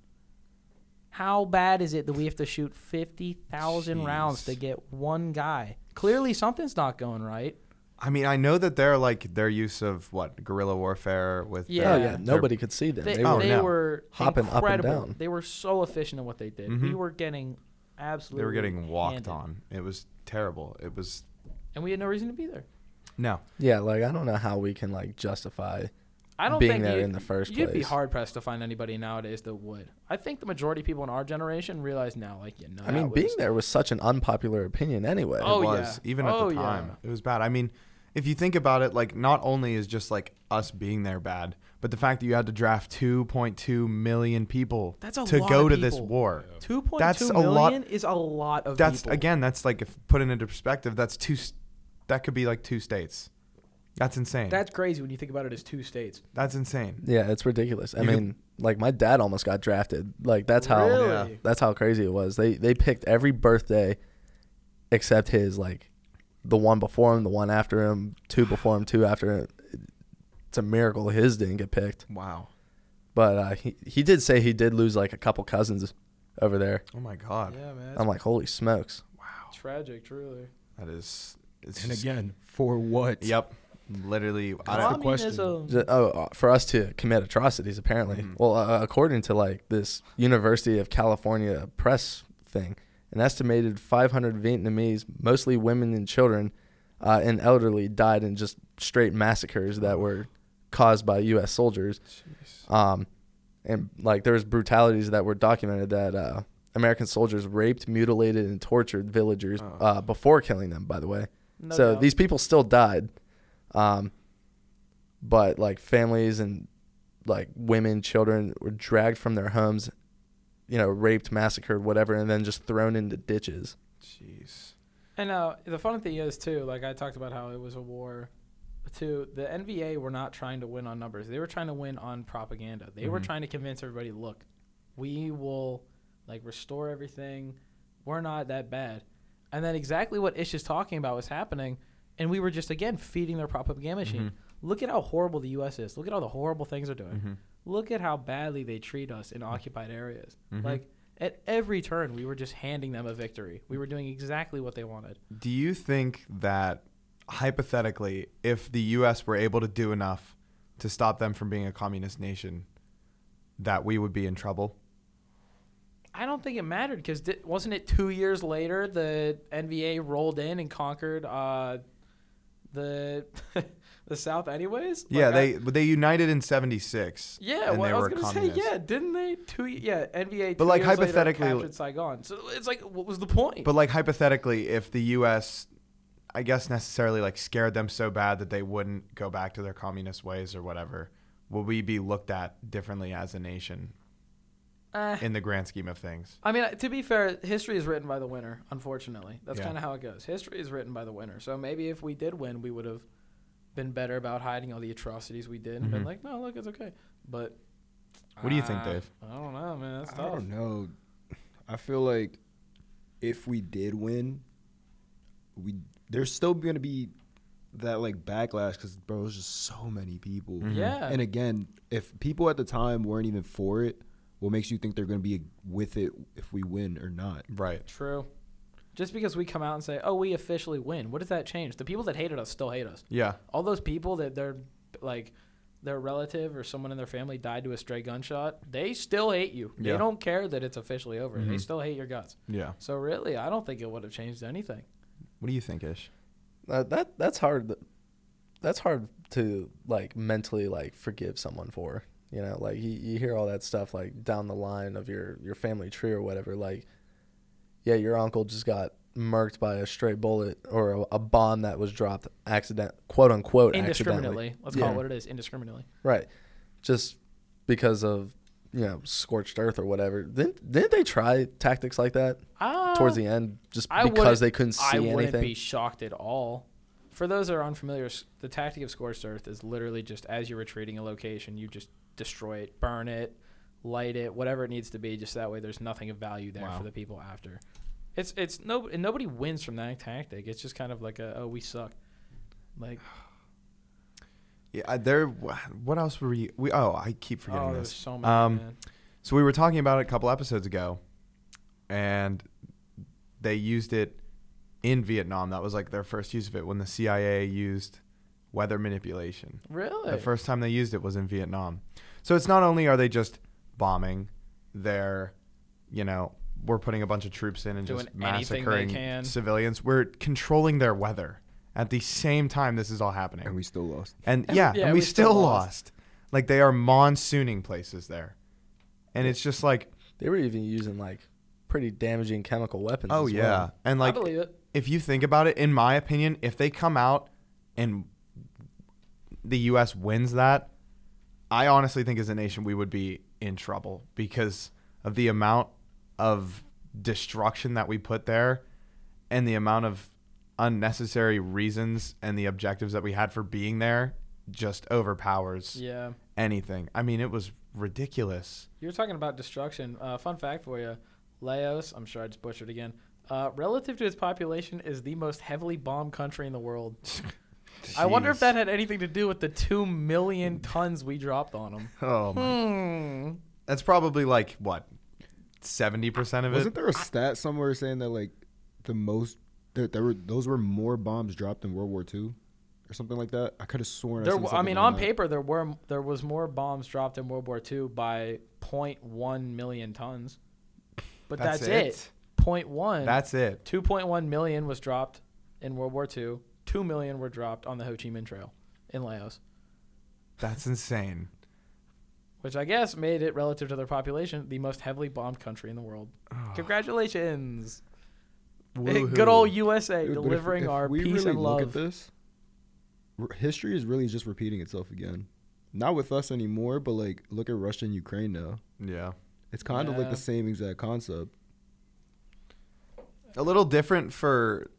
Speaker 3: how bad is it that we have to shoot 50,000 rounds
Speaker 1: Jeez.
Speaker 3: to get one guy clearly something's not going right
Speaker 1: I mean, I know that they're like their use of what guerrilla warfare with
Speaker 3: Yeah.
Speaker 4: Oh
Speaker 1: their-
Speaker 4: yeah,
Speaker 1: their-
Speaker 4: nobody could see them.
Speaker 3: they,
Speaker 4: They
Speaker 3: they
Speaker 1: Oh,
Speaker 4: were
Speaker 1: no.
Speaker 3: were
Speaker 4: Hopping up and
Speaker 3: incredible.
Speaker 4: down. Mm-hmm.
Speaker 3: they were so efficient in what they did we
Speaker 1: Mhm.
Speaker 3: were getting absolutely
Speaker 1: they were getting walked
Speaker 3: handed.
Speaker 1: on. It was terrible. It was
Speaker 3: and we had no reason to be there.
Speaker 1: no.
Speaker 4: yeah, like I don't know how we can like justify.
Speaker 3: I don't
Speaker 4: Being
Speaker 3: think
Speaker 4: there
Speaker 3: you-
Speaker 4: in the first
Speaker 3: you'd be
Speaker 4: place.
Speaker 3: hard pressed to find anybody nowadays that would. I think the majority of people in our generation realize now, like you know.
Speaker 4: I mean,
Speaker 3: that
Speaker 4: being
Speaker 3: was-
Speaker 4: there was such an unpopular opinion anyway.
Speaker 3: Oh,
Speaker 1: it
Speaker 3: yeah.
Speaker 1: was even at
Speaker 3: Oh,
Speaker 1: the
Speaker 3: yeah.
Speaker 1: time. It was bad. I mean, if you think about it, like not only is just like us being there bad, but the fact that you had to draft 2.2 million people
Speaker 3: That's a
Speaker 1: to
Speaker 3: lot
Speaker 1: go
Speaker 3: of
Speaker 1: to this
Speaker 3: people.
Speaker 1: war.
Speaker 3: Two point
Speaker 1: That's
Speaker 3: two
Speaker 1: a lot-
Speaker 3: million is a lot of
Speaker 1: That's
Speaker 3: people.
Speaker 1: again, that's like if put into perspective, that's two s- that could be like two states. That's insane.
Speaker 3: That's crazy when you think about it as two states.
Speaker 1: that's insane.
Speaker 4: Yeah, it's ridiculous. I
Speaker 1: You could-
Speaker 4: mean, like my dad almost got drafted. Like that's how
Speaker 3: Really? Yeah.
Speaker 4: that's how crazy it was. They they picked every birthday except his like the one before him, the one after him, two before him, two after him. It's a miracle his didn't get picked.
Speaker 1: Wow.
Speaker 4: But uh, he he did say he did lose like a couple cousins over there.
Speaker 1: Oh my god.
Speaker 3: Yeah, man.
Speaker 4: I'm like, holy smokes.
Speaker 1: Wow.
Speaker 3: tragic, truly.
Speaker 1: That is it's
Speaker 2: And
Speaker 1: just-
Speaker 2: again, for what?
Speaker 1: Yep. Literally I
Speaker 2: That's
Speaker 1: don't
Speaker 2: the question.
Speaker 4: Ju- Oh, uh, for us to commit atrocities, apparently.
Speaker 1: Mhm.
Speaker 4: Well, uh, according to like this University of California press thing, an estimated 500 Vietnamese, mostly women and children, uh, and elderly, died in just straight massacres that were caused by U.S. soldiers. Um, and like there was brutalities that were documented that uh, American soldiers raped, mutilated, and tortured villagers
Speaker 1: Oh.
Speaker 4: uh, before killing them. By the way,
Speaker 3: No
Speaker 4: so
Speaker 3: doubt.
Speaker 4: these people still died, um, but like families and like women, children were dragged from their homes, you know, raped, massacred, whatever, and then just thrown into ditches.
Speaker 1: Jeez.
Speaker 3: And uh, the fun thing is too, like I talked about how it was a war. Too, the NVA were not trying to win on numbers. They were trying to win on propaganda. They were
Speaker 1: Mhm.
Speaker 3: trying to convince everybody, look, we will like restore everything. We're not that bad. And then exactly what Ish is talking about was happening, and we were just again feeding their propaganda machine.
Speaker 1: Mm-hmm.
Speaker 3: Look at how horrible the U.S. is. Look at all the horrible things they're doing.
Speaker 1: Mhm.
Speaker 3: Look at how badly they treat us in occupied areas.
Speaker 1: Mhm.
Speaker 3: Like at every turn, we were just handing them a victory. We were doing exactly what they wanted.
Speaker 1: Do you think that hypothetically, if the U.S. were able to do enough to stop them from being a communist nation, that we would be in trouble?
Speaker 3: I don't think it mattered because di- wasn't it two years later the NBA rolled in and conquered uh, the the South anyways? Like,
Speaker 1: yeah,
Speaker 3: I-
Speaker 1: they they united in '76.
Speaker 3: yeah,
Speaker 1: and
Speaker 3: well,
Speaker 1: they
Speaker 3: I was
Speaker 1: were
Speaker 3: gonna
Speaker 1: communist.
Speaker 3: say yeah, didn't they? Two y- yeah, NBA.
Speaker 1: But,
Speaker 3: two
Speaker 1: like,
Speaker 3: years later
Speaker 1: hypothetically-
Speaker 3: captured Saigon. So it's like, what was the point?
Speaker 1: But like hypothetically, if the U.S. I guess necessarily like scared them so bad that they wouldn't go back to their communist ways or whatever. Would we be looked at differently as a nation
Speaker 3: Eh.
Speaker 1: in the grand scheme of things?
Speaker 3: I mean, to be fair, history is written by the winner. Unfortunately, that's
Speaker 1: Yeah.
Speaker 3: kind of how it goes. History is written by the winner. So maybe if we did win, we would have been better about hiding all the atrocities we did and been
Speaker 1: Mhm.
Speaker 3: like, no, look, it's okay. But
Speaker 1: What do you think,
Speaker 3: uh,
Speaker 1: Dave?
Speaker 3: I don't know, man. That's
Speaker 2: I
Speaker 3: tough.
Speaker 2: don't know. I feel like if we did win, we there's still going to be that like backlash because bro, it's just so many people.
Speaker 1: Mhm.
Speaker 3: Yeah.
Speaker 2: And again, if people at the time weren't even for it, what makes you think they're going to be with it if we win or not?
Speaker 1: Right.
Speaker 3: True. Just because we come out and say, "Oh, we officially win," what does that change? The people that hated us still hate us.
Speaker 1: Yeah.
Speaker 3: All those people that their like their relative or someone in their family died to a stray gunshot, they still hate you. They
Speaker 1: Yeah.
Speaker 3: don't care that it's officially over. They
Speaker 1: Mhm.
Speaker 3: still hate your guts.
Speaker 1: Yeah.
Speaker 3: So really, I don't think it would have changed anything.
Speaker 1: What do you think, Ish?
Speaker 4: That, Uh, that that's hard. That's hard to like mentally like forgive someone for. You know, like you, you hear all that stuff like down the line of your your family tree or whatever. Like, yeah, your uncle just got murked by a stray bullet or a, a bomb that was dropped accident quote unquote accidentally.
Speaker 3: Indiscriminately. Let's call
Speaker 4: Yeah.
Speaker 3: it what it is. Indiscriminately.
Speaker 4: Right. Just because of, you know, scorched earth or whatever. Didn't, didn't they try tactics like that
Speaker 3: Ah.
Speaker 4: towards the end just
Speaker 3: I
Speaker 4: because
Speaker 3: wouldn't-
Speaker 4: they couldn't see
Speaker 3: I wouldn't
Speaker 4: anything?
Speaker 3: be shocked at all. For those that are unfamiliar, s- the tactic of scorched earth is literally just as you're retreating a location, you just destroy it, burn it, light it, whatever it needs to be. Just that way, there's nothing of value there
Speaker 1: Wow.
Speaker 3: for the people after. It's it's no and nobody wins from that tactic. It's just kind of like a oh we suck. Like
Speaker 1: Yeah, I- there. wh- What else were we? We oh, I keep forgetting
Speaker 3: oh, there's
Speaker 1: this.
Speaker 3: so many.
Speaker 1: Um,
Speaker 3: man.
Speaker 1: So we were talking about it a couple episodes ago, and they used it in Vietnam. That was like their first use of it when the CIA used weather manipulation.
Speaker 3: Really?
Speaker 1: The first time they used it was in Vietnam. So it's not only are they just bombing, they're, you know, we're putting a bunch of troops in and
Speaker 3: Doing
Speaker 1: just
Speaker 3: anything they
Speaker 1: massacring
Speaker 3: can.
Speaker 1: civilians. We're controlling their weather. At the same time, this is all happening.
Speaker 2: And we still lost.
Speaker 1: And
Speaker 3: And-
Speaker 1: yeah,
Speaker 3: yeah,
Speaker 1: and we,
Speaker 3: we still
Speaker 1: still
Speaker 3: lost.
Speaker 1: lost. Like they are monsooning places there. And it's just like,
Speaker 4: They were even using like pretty damaging chemical weapons.
Speaker 1: oh
Speaker 4: as
Speaker 1: yeah.
Speaker 4: well.
Speaker 1: And
Speaker 3: I
Speaker 1: like
Speaker 3: believe it.
Speaker 1: if you think about it, in my opinion, if they come out and the US wins that, I honestly think as a nation we would be in trouble because of the amount of destruction that we put there and the amount of unnecessary reasons and the objectives that we had for being there just overpowers
Speaker 3: Yeah.
Speaker 1: anything. I mean, it was ridiculous.
Speaker 3: You're talking about destruction. Uh, fun fact for you Laos, I'm sure I just butchered again, uh, relative to its population, is the most heavily bombed country in the world. I wonder if
Speaker 1: Jeez.
Speaker 3: that had anything to do with the 2 million tons we dropped on them.
Speaker 1: Oh my.
Speaker 3: Hmm.
Speaker 1: That's probably like what 70% of
Speaker 2: Wasn't
Speaker 1: it.
Speaker 2: there a stat somewhere saying that like the most that there were those were more bombs dropped in World War II or something like that? I could have sworn.
Speaker 3: There,
Speaker 2: seen
Speaker 3: w- I
Speaker 2: something
Speaker 3: mean, on
Speaker 2: that.
Speaker 3: paper, there were there was more bombs dropped in World War II by 0.1 million tons, but that's, it. 0.1.
Speaker 1: That's it.
Speaker 3: 2.1 million was dropped in World War II. 2 million were dropped on the Ho Chi Minh Trail in Laos.
Speaker 1: That's insane.
Speaker 3: which I guess made it relative to their population the most heavily bombed country in the world.
Speaker 2: Ah.
Speaker 3: Congratulations, good old USA
Speaker 2: Dude, but if-
Speaker 3: delivering
Speaker 2: if
Speaker 3: our peace and
Speaker 2: look
Speaker 3: love.
Speaker 2: At this, r- history is really just repeating itself again. Not with us anymore, but like look at Russia and Ukraine now.
Speaker 1: Yeah.
Speaker 2: It's kind of like
Speaker 3: Yeah.
Speaker 2: the same exact concept.
Speaker 1: A little different for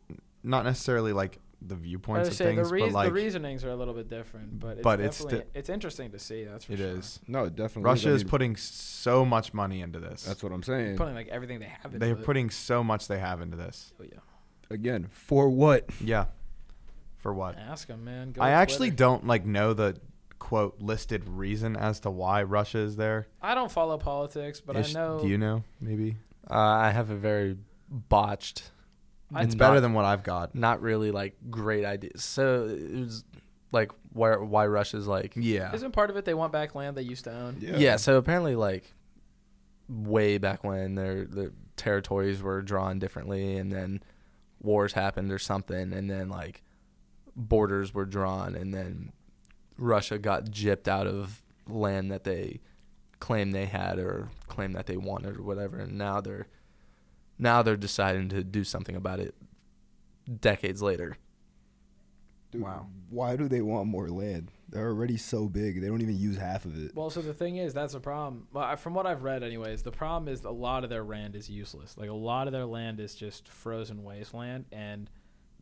Speaker 1: not necessarily like the
Speaker 3: I
Speaker 1: viewpoints
Speaker 3: would
Speaker 1: of
Speaker 3: say
Speaker 1: things,
Speaker 3: the, reas-
Speaker 1: but like
Speaker 3: the reasonings are a little bit different, but it's
Speaker 1: but it's
Speaker 3: definitely it's, interesting to see. That's for
Speaker 1: it
Speaker 3: sure.
Speaker 1: is.
Speaker 2: No, it definitely.
Speaker 1: Russia
Speaker 2: I
Speaker 1: is
Speaker 2: mean,
Speaker 1: putting so much money into this.
Speaker 2: That's what I'm saying.
Speaker 3: putting like everything they have. Into
Speaker 1: They're
Speaker 3: it.
Speaker 1: putting so much they have into this.
Speaker 3: Oh, yeah.
Speaker 2: Again, for what?
Speaker 1: Yeah. For what?
Speaker 3: Ask them, man. Go
Speaker 1: I
Speaker 3: to
Speaker 1: actually
Speaker 3: Twitter.
Speaker 1: don't like know the quote listed reason as to why Russia is there.
Speaker 3: I don't follow politics, but
Speaker 1: Ish,
Speaker 3: I know
Speaker 1: Do you know? Maybe
Speaker 4: Uh, I have a very botched.
Speaker 3: I-
Speaker 1: it's
Speaker 4: not-
Speaker 1: better than what I've got.
Speaker 4: not really like great ideas. So it was like why why Russia's like
Speaker 1: Yeah.
Speaker 3: isn't part of it they want back land they used to own.
Speaker 4: yeah. so apparently like way back when their the territories were drawn differently and then wars happened or something and then like borders were drawn and then Russia got gypped out of land that they claimed they had or claimed that they wanted or whatever and now they're now they're deciding to do something about it decades later.
Speaker 1: Wow.
Speaker 2: Why do they want more land? They're already so big. They don't even use half of it.
Speaker 3: Well, so the thing is, that's a problem. Well, I- from what I've read, anyways, the problem is a lot of their land is useless. Like a lot of their land is just frozen wasteland, and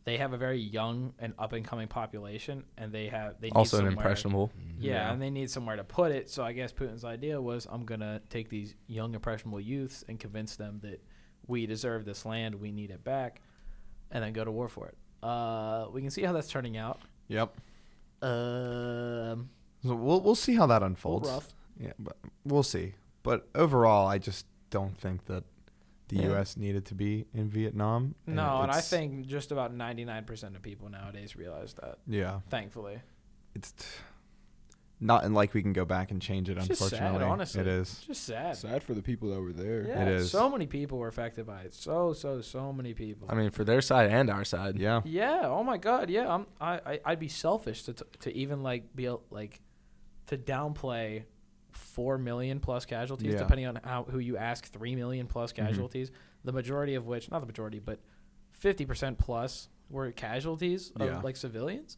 Speaker 3: they have a very young and up and coming population, and they have they need
Speaker 4: also an
Speaker 3: somewhere-
Speaker 4: impressionable.
Speaker 3: Yeah, and they need somewhere to put it. So I guess Putin's idea was, I'm gonna take these young impressionable youths and convince them that we deserve this land, we need it back, and then go to war for it. Uh, we can see how that's turning out.
Speaker 1: Yep.
Speaker 3: Um,
Speaker 1: So we'll we'll see how that unfolds.
Speaker 3: rough.
Speaker 1: Yeah, but we'll see. But overall, I just don't think that the
Speaker 4: Yeah.
Speaker 1: U.S. needed to be in Vietnam.
Speaker 3: no, and I
Speaker 1: it's-
Speaker 3: think just about 99% of people nowadays realize that,
Speaker 1: yeah,
Speaker 3: thankfully.
Speaker 1: it's t- not and like we can go back and change it.
Speaker 3: It's just sad,
Speaker 1: unfortunately,
Speaker 3: honestly.
Speaker 1: it is.
Speaker 3: It's just sad.
Speaker 2: Sad for the people that were there.
Speaker 3: Yeah,
Speaker 1: is.
Speaker 3: So many people were affected by it. So, so, so many people.
Speaker 4: I mean, for their side and our side.
Speaker 1: Yeah,
Speaker 3: Yeah. Oh my God. Yeah. I'm. I. I I'd be selfish to t- to even like be a, like to downplay four million plus casualties,
Speaker 1: Yeah. Mm-hmm.
Speaker 3: depending on how who you ask. Three million plus casualties, the majority of which, not the majority, but fifty percent plus were casualties of
Speaker 1: Yeah.
Speaker 3: like civilians.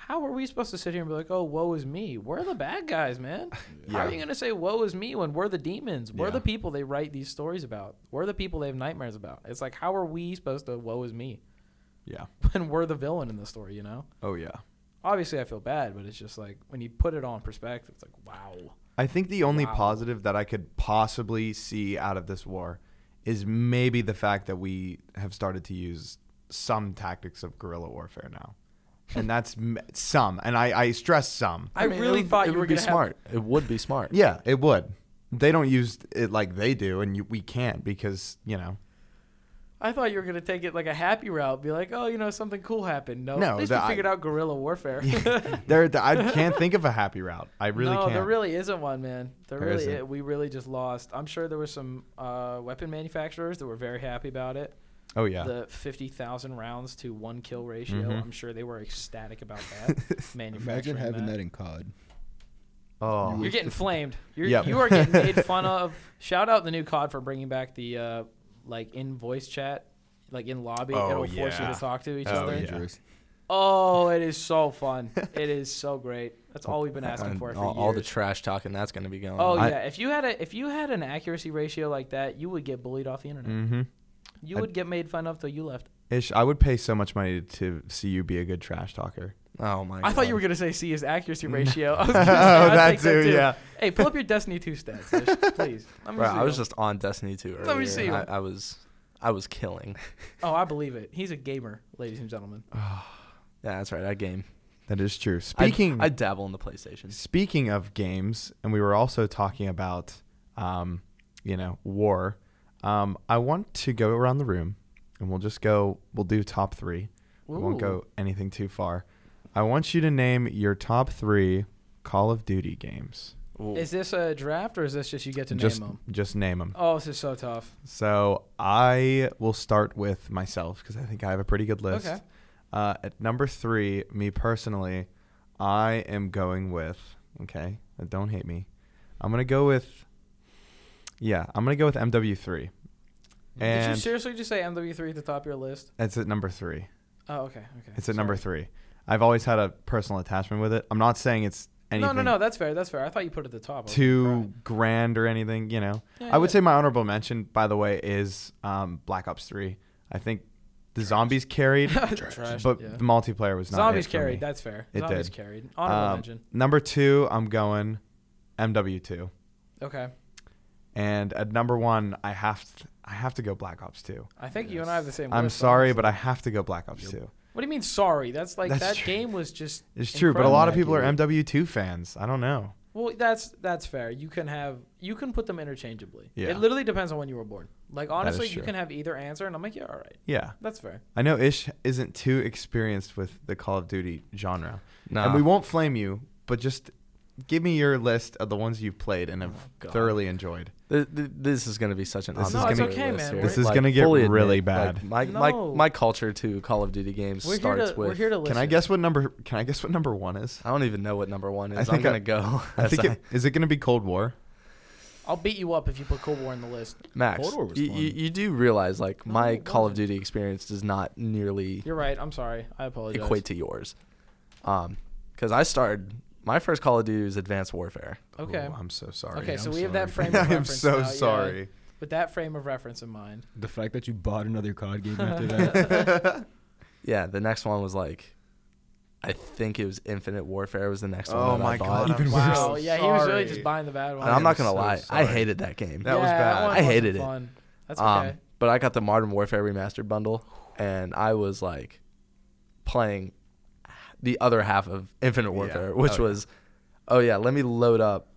Speaker 3: How are we supposed to sit here and be like, "Oh, woe is me"? We're the bad guys, man. How are
Speaker 1: Yeah.
Speaker 3: you gonna say "woe is me" when we're the demons? We're
Speaker 1: Yeah.
Speaker 3: the people they write these stories about. We're the people they have nightmares about. It's like, how are we supposed to "woe is me"?
Speaker 1: yeah.
Speaker 3: when we're the villain in the story, you know?
Speaker 1: Oh yeah.
Speaker 3: Obviously, I feel bad, but it's just like when you put it all in perspective, it's like, wow.
Speaker 1: I think the only
Speaker 3: Wow.
Speaker 1: positive that I could possibly see out of this war is maybe the fact that we have started to use some tactics of guerrilla warfare now, and that's m- some, and I, I stress some.
Speaker 3: I,
Speaker 4: mean, it
Speaker 3: really
Speaker 4: would-
Speaker 3: thought
Speaker 4: it
Speaker 3: you
Speaker 4: would
Speaker 3: were
Speaker 4: be
Speaker 3: going to
Speaker 4: smart. It would be smart.
Speaker 1: Yeah, it would. They don't use it like they do, and you, we can't because you know.
Speaker 3: I thought you were going to take it like a happy route, be like, oh, you know, something cool happened. No,
Speaker 1: No,
Speaker 3: at least
Speaker 1: that-
Speaker 3: we figured out guerrilla warfare.
Speaker 1: there, I can't think of a happy route. I really
Speaker 3: no,
Speaker 1: can't.
Speaker 3: there really isn't one, man. There,
Speaker 1: There
Speaker 3: really,
Speaker 1: isn't.
Speaker 3: we really just lost. I'm sure there were some uh, weapon manufacturers that were very happy about it.
Speaker 1: oh yeah.
Speaker 3: The 50,000 rounds to one kill ratio.
Speaker 1: Mhm.
Speaker 3: I'm sure they were ecstatic about that.
Speaker 2: Imagine
Speaker 3: Manufacturing
Speaker 2: having
Speaker 3: that.
Speaker 2: that in COD.
Speaker 1: oh
Speaker 3: You're getting flamed. You're,
Speaker 1: Yep.
Speaker 3: You are getting made fun of. Shout out the new COD for bringing back the uh, like in voice chat, like in lobby.
Speaker 1: Oh,
Speaker 3: It'll force you
Speaker 1: yeah.
Speaker 3: to talk to each
Speaker 1: Oh,
Speaker 3: other.
Speaker 1: yeah.
Speaker 2: Dangerous.
Speaker 3: Oh, it is so fun. it is so great. That's all we've been asking
Speaker 4: And
Speaker 3: for for
Speaker 4: all,
Speaker 3: years.
Speaker 4: all the trash talking that's going to be going.
Speaker 3: oh
Speaker 4: on.
Speaker 1: I-
Speaker 3: yeah. If you had a if you had an accuracy ratio like that, you would get bullied off the internet.
Speaker 1: Mm-hmm.
Speaker 3: You
Speaker 1: I-
Speaker 3: would get made fun of till you left.
Speaker 1: Ish, I would pay so much money to see you be a good trash talker.
Speaker 4: Oh my!
Speaker 3: I thought
Speaker 4: God.
Speaker 3: you were gonna say C is accuracy ratio. I was
Speaker 1: Oh,
Speaker 3: gonna say, I'd
Speaker 1: that
Speaker 3: take
Speaker 1: too, yeah.
Speaker 3: Hey, pull up your Destiny 2 stats, Ish, please. Let me
Speaker 4: Bro,
Speaker 3: see
Speaker 4: I was
Speaker 3: them.
Speaker 4: just on Destiny 2 earlier.
Speaker 3: Let me see
Speaker 4: and I,
Speaker 3: them.
Speaker 4: I was, I was killing.
Speaker 3: Oh, I believe it. He's a gamer, ladies and gentlemen.
Speaker 4: Yeah, that's right. I game.
Speaker 1: That is true.
Speaker 4: I-
Speaker 1: Speaking
Speaker 4: I, dabble in the PlayStation.
Speaker 1: speaking of games, and we were also talking about, um, you know, war. Um, I want to go around the room, and we'll just go. We'll do top three. We won't
Speaker 3: Ooh.
Speaker 1: go anything too far. I want you to name your top three Call of Duty games.
Speaker 3: Is this a draft or is this just you get to
Speaker 1: just,
Speaker 3: name them?
Speaker 1: just name them.
Speaker 3: Oh, this is so tough.
Speaker 1: So I will start with myself because I think I have a pretty good list.
Speaker 3: Okay.
Speaker 1: Uh, at number three, me personally, I am going with okay. uh, Don't hate me. I'm gonna go with yeah. I'm gonna go with MW3,
Speaker 3: Did you
Speaker 1: and
Speaker 3: seriously just say MW3 at the top of your list?
Speaker 1: it's at number three.
Speaker 3: Oh, okay, okay.
Speaker 1: It's at number
Speaker 3: Sorry.
Speaker 1: three. I've always had a personal attachment with it. I'm not saying it's anything
Speaker 3: No, no, no. That's fair. That's fair. I thought you put it at the top. I was gonna
Speaker 1: too
Speaker 3: cry.
Speaker 1: grand or anything. You know.
Speaker 3: Yeah,
Speaker 1: I would
Speaker 3: Oh, yeah.
Speaker 1: say my honorable mention, by the way, is um, Black Ops 3. I think the zombies carried,
Speaker 3: Trash,
Speaker 1: but
Speaker 3: yeah.
Speaker 1: the multiplayer was not.
Speaker 3: Zombies
Speaker 1: it for
Speaker 3: carried.
Speaker 1: me.
Speaker 3: That's fair.
Speaker 1: It
Speaker 3: Zombies
Speaker 1: did.
Speaker 3: carried. Honorable
Speaker 1: Um,
Speaker 3: mention.
Speaker 1: Number two, I'm going MW2,
Speaker 3: Okay.
Speaker 1: and at number one, I have to, I have to go Black Ops 2.
Speaker 3: I think you and I have the same.
Speaker 1: I'm
Speaker 3: list,
Speaker 1: sorry,
Speaker 3: honestly.
Speaker 1: but I have to go Black Ops 2.
Speaker 3: What do you mean sorry? That's like
Speaker 1: That's
Speaker 3: that
Speaker 1: true.
Speaker 3: game was just.
Speaker 1: It's true, but a lot of people are
Speaker 2: Incredible.
Speaker 1: MW2 fans. I don't know.
Speaker 3: Well, that's that's fair. You can have you can put them interchangeably.
Speaker 1: Yeah.
Speaker 3: It literally depends on when you were born. Like honestly, you
Speaker 1: true.
Speaker 3: can have either answer, and I'm like, yeah, all right,
Speaker 1: Yeah,
Speaker 3: that's fair.
Speaker 1: I know Ish isn't too experienced with the Call of Duty genre,
Speaker 4: Nah.
Speaker 1: and we won't flame you, but just give me your list of the ones you've played and have
Speaker 4: Oh, God.
Speaker 1: thoroughly enjoyed.
Speaker 4: Th- th- this is going to be such an.
Speaker 1: This is
Speaker 4: obvious
Speaker 1: gonna- No, it's
Speaker 4: tier
Speaker 3: okay,
Speaker 4: list
Speaker 3: man.
Speaker 4: here.
Speaker 3: This
Speaker 1: is gonna get
Speaker 4: fully
Speaker 1: really
Speaker 4: like,
Speaker 1: bad.
Speaker 4: my, my
Speaker 3: No.
Speaker 4: my culture to Call of Duty games
Speaker 3: We're here
Speaker 4: starts
Speaker 3: to
Speaker 4: with.
Speaker 3: we're here to listen.
Speaker 1: Can I guess what number? Can I guess what number one is?
Speaker 4: I don't even know what number one is.
Speaker 1: I think
Speaker 4: I'm
Speaker 1: I-
Speaker 4: gonna go.
Speaker 1: I
Speaker 4: as
Speaker 1: think it, is it going to be Cold War?
Speaker 3: I'll beat you up if you put Cold War in the list.
Speaker 4: Max,
Speaker 2: Cold War was
Speaker 4: you,
Speaker 2: fun.
Speaker 4: you, you do realize like
Speaker 3: No,
Speaker 4: my
Speaker 3: it
Speaker 4: Call of
Speaker 3: wasn't.
Speaker 4: Duty experience does not nearly
Speaker 3: You're right. I'm sorry. I apologize.
Speaker 4: equate to yours, um, because I started my first Call of Duty was Advanced Warfare.
Speaker 3: Okay.
Speaker 1: Ooh, Oh, I'm so sorry.
Speaker 3: okay,
Speaker 2: I'm
Speaker 3: so we have that
Speaker 2: sorry.
Speaker 3: frame of
Speaker 1: I am
Speaker 3: reference.
Speaker 1: so
Speaker 3: now, yeah.
Speaker 1: sorry.
Speaker 3: With that frame of reference in mind.
Speaker 2: The fact that you bought another COD game after that.
Speaker 4: Yeah, the next one was like, I think it was Infinite Warfare was the next one.
Speaker 1: Oh
Speaker 4: that
Speaker 1: my
Speaker 4: I
Speaker 1: God,
Speaker 4: bought.
Speaker 1: I'm Even
Speaker 3: wow.
Speaker 1: worse. so
Speaker 3: yeah, he was really
Speaker 1: sorry.
Speaker 3: just buying the bad one.
Speaker 4: And I'm
Speaker 1: am
Speaker 4: not gonna
Speaker 1: so
Speaker 4: lie, I
Speaker 1: sorry.
Speaker 4: hated that game.
Speaker 1: That was
Speaker 3: Yeah,
Speaker 1: bad.
Speaker 3: that one
Speaker 4: I
Speaker 3: wasn't
Speaker 4: hated it. Um,
Speaker 3: fun. That's okay.
Speaker 4: but I got the Modern Warfare Remastered bundle, and I was like playing the other half of Infinite Warfare, which
Speaker 1: Oh, yeah.
Speaker 4: was, oh yeah, let me load up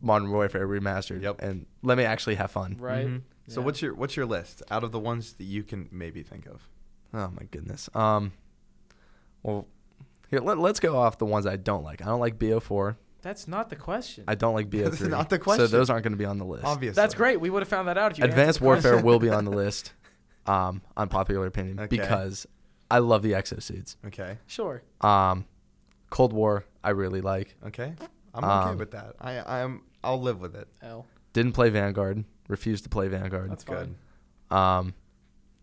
Speaker 4: Modern Warfare Remastered,
Speaker 1: Yep.
Speaker 4: and let me actually have fun.
Speaker 3: right.
Speaker 1: Mhm. So
Speaker 3: Yeah.
Speaker 1: what's your what's your list out of the ones that you can maybe think of?
Speaker 4: Oh my goodness. Um, well, here let, let's go off the ones I don't like. I don't like BO4.
Speaker 3: That's not the question.
Speaker 4: I don't like BO3.
Speaker 1: That's not the
Speaker 4: So
Speaker 1: question.
Speaker 4: those aren't going to be on the list.
Speaker 1: Obviously,
Speaker 3: That's great. We would have found that out. if you answered
Speaker 4: Advanced
Speaker 3: the
Speaker 4: Warfare
Speaker 3: question.
Speaker 4: will be on the list. Um, unpopular opinion
Speaker 1: Okay.
Speaker 4: because I love the exosuits.
Speaker 1: Okay,
Speaker 3: Sure.
Speaker 4: Um, Cold War I really like.
Speaker 1: okay, I'm okay
Speaker 4: Um,
Speaker 1: with that. I I'm I'll live with it.
Speaker 3: L.
Speaker 4: Didn't play Vanguard. Refused to play Vanguard.
Speaker 3: That's
Speaker 1: Good.
Speaker 3: fine.
Speaker 4: Um,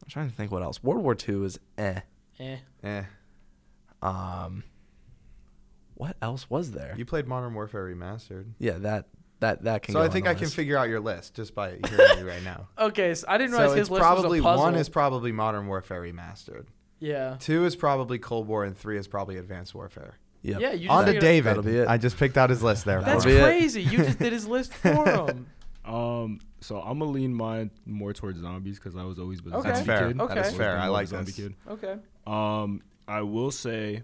Speaker 4: I'm trying to think what else. World War II is eh.
Speaker 3: Eh.
Speaker 1: Eh,
Speaker 4: Um, what else was there?
Speaker 1: you played Modern Warfare Remastered,
Speaker 4: yeah, that that that can.
Speaker 1: so
Speaker 4: go
Speaker 1: I
Speaker 4: on
Speaker 1: think
Speaker 4: the
Speaker 1: I can
Speaker 4: list.
Speaker 1: figure out your list just by hearing you right now.
Speaker 3: Okay, so I didn't realize
Speaker 1: So
Speaker 3: his
Speaker 1: it's
Speaker 3: list
Speaker 1: probably
Speaker 3: was a puzzle.
Speaker 1: one is probably Modern Warfare Remastered,
Speaker 3: yeah.
Speaker 1: two is probably Cold War, and three is probably Advanced Warfare.
Speaker 4: Yep.
Speaker 3: Yeah, you just
Speaker 1: On to
Speaker 3: figured-
Speaker 1: David.
Speaker 4: That'll be it.
Speaker 1: I just picked out his list there.
Speaker 3: That's
Speaker 1: for him.
Speaker 4: That'll be it.
Speaker 3: crazy. You just did his list for him.
Speaker 5: Um, so I'm gonna lean mine more towards zombies because I was always a
Speaker 3: Okay.
Speaker 5: zombie
Speaker 3: That's
Speaker 5: kid.
Speaker 1: fair.
Speaker 3: Okay.
Speaker 5: I've
Speaker 3: That's
Speaker 5: always
Speaker 1: fair.
Speaker 5: been
Speaker 1: I
Speaker 5: more of a
Speaker 1: like
Speaker 5: zombie
Speaker 1: this.
Speaker 5: kid.
Speaker 3: Okay.
Speaker 5: Um, I will say,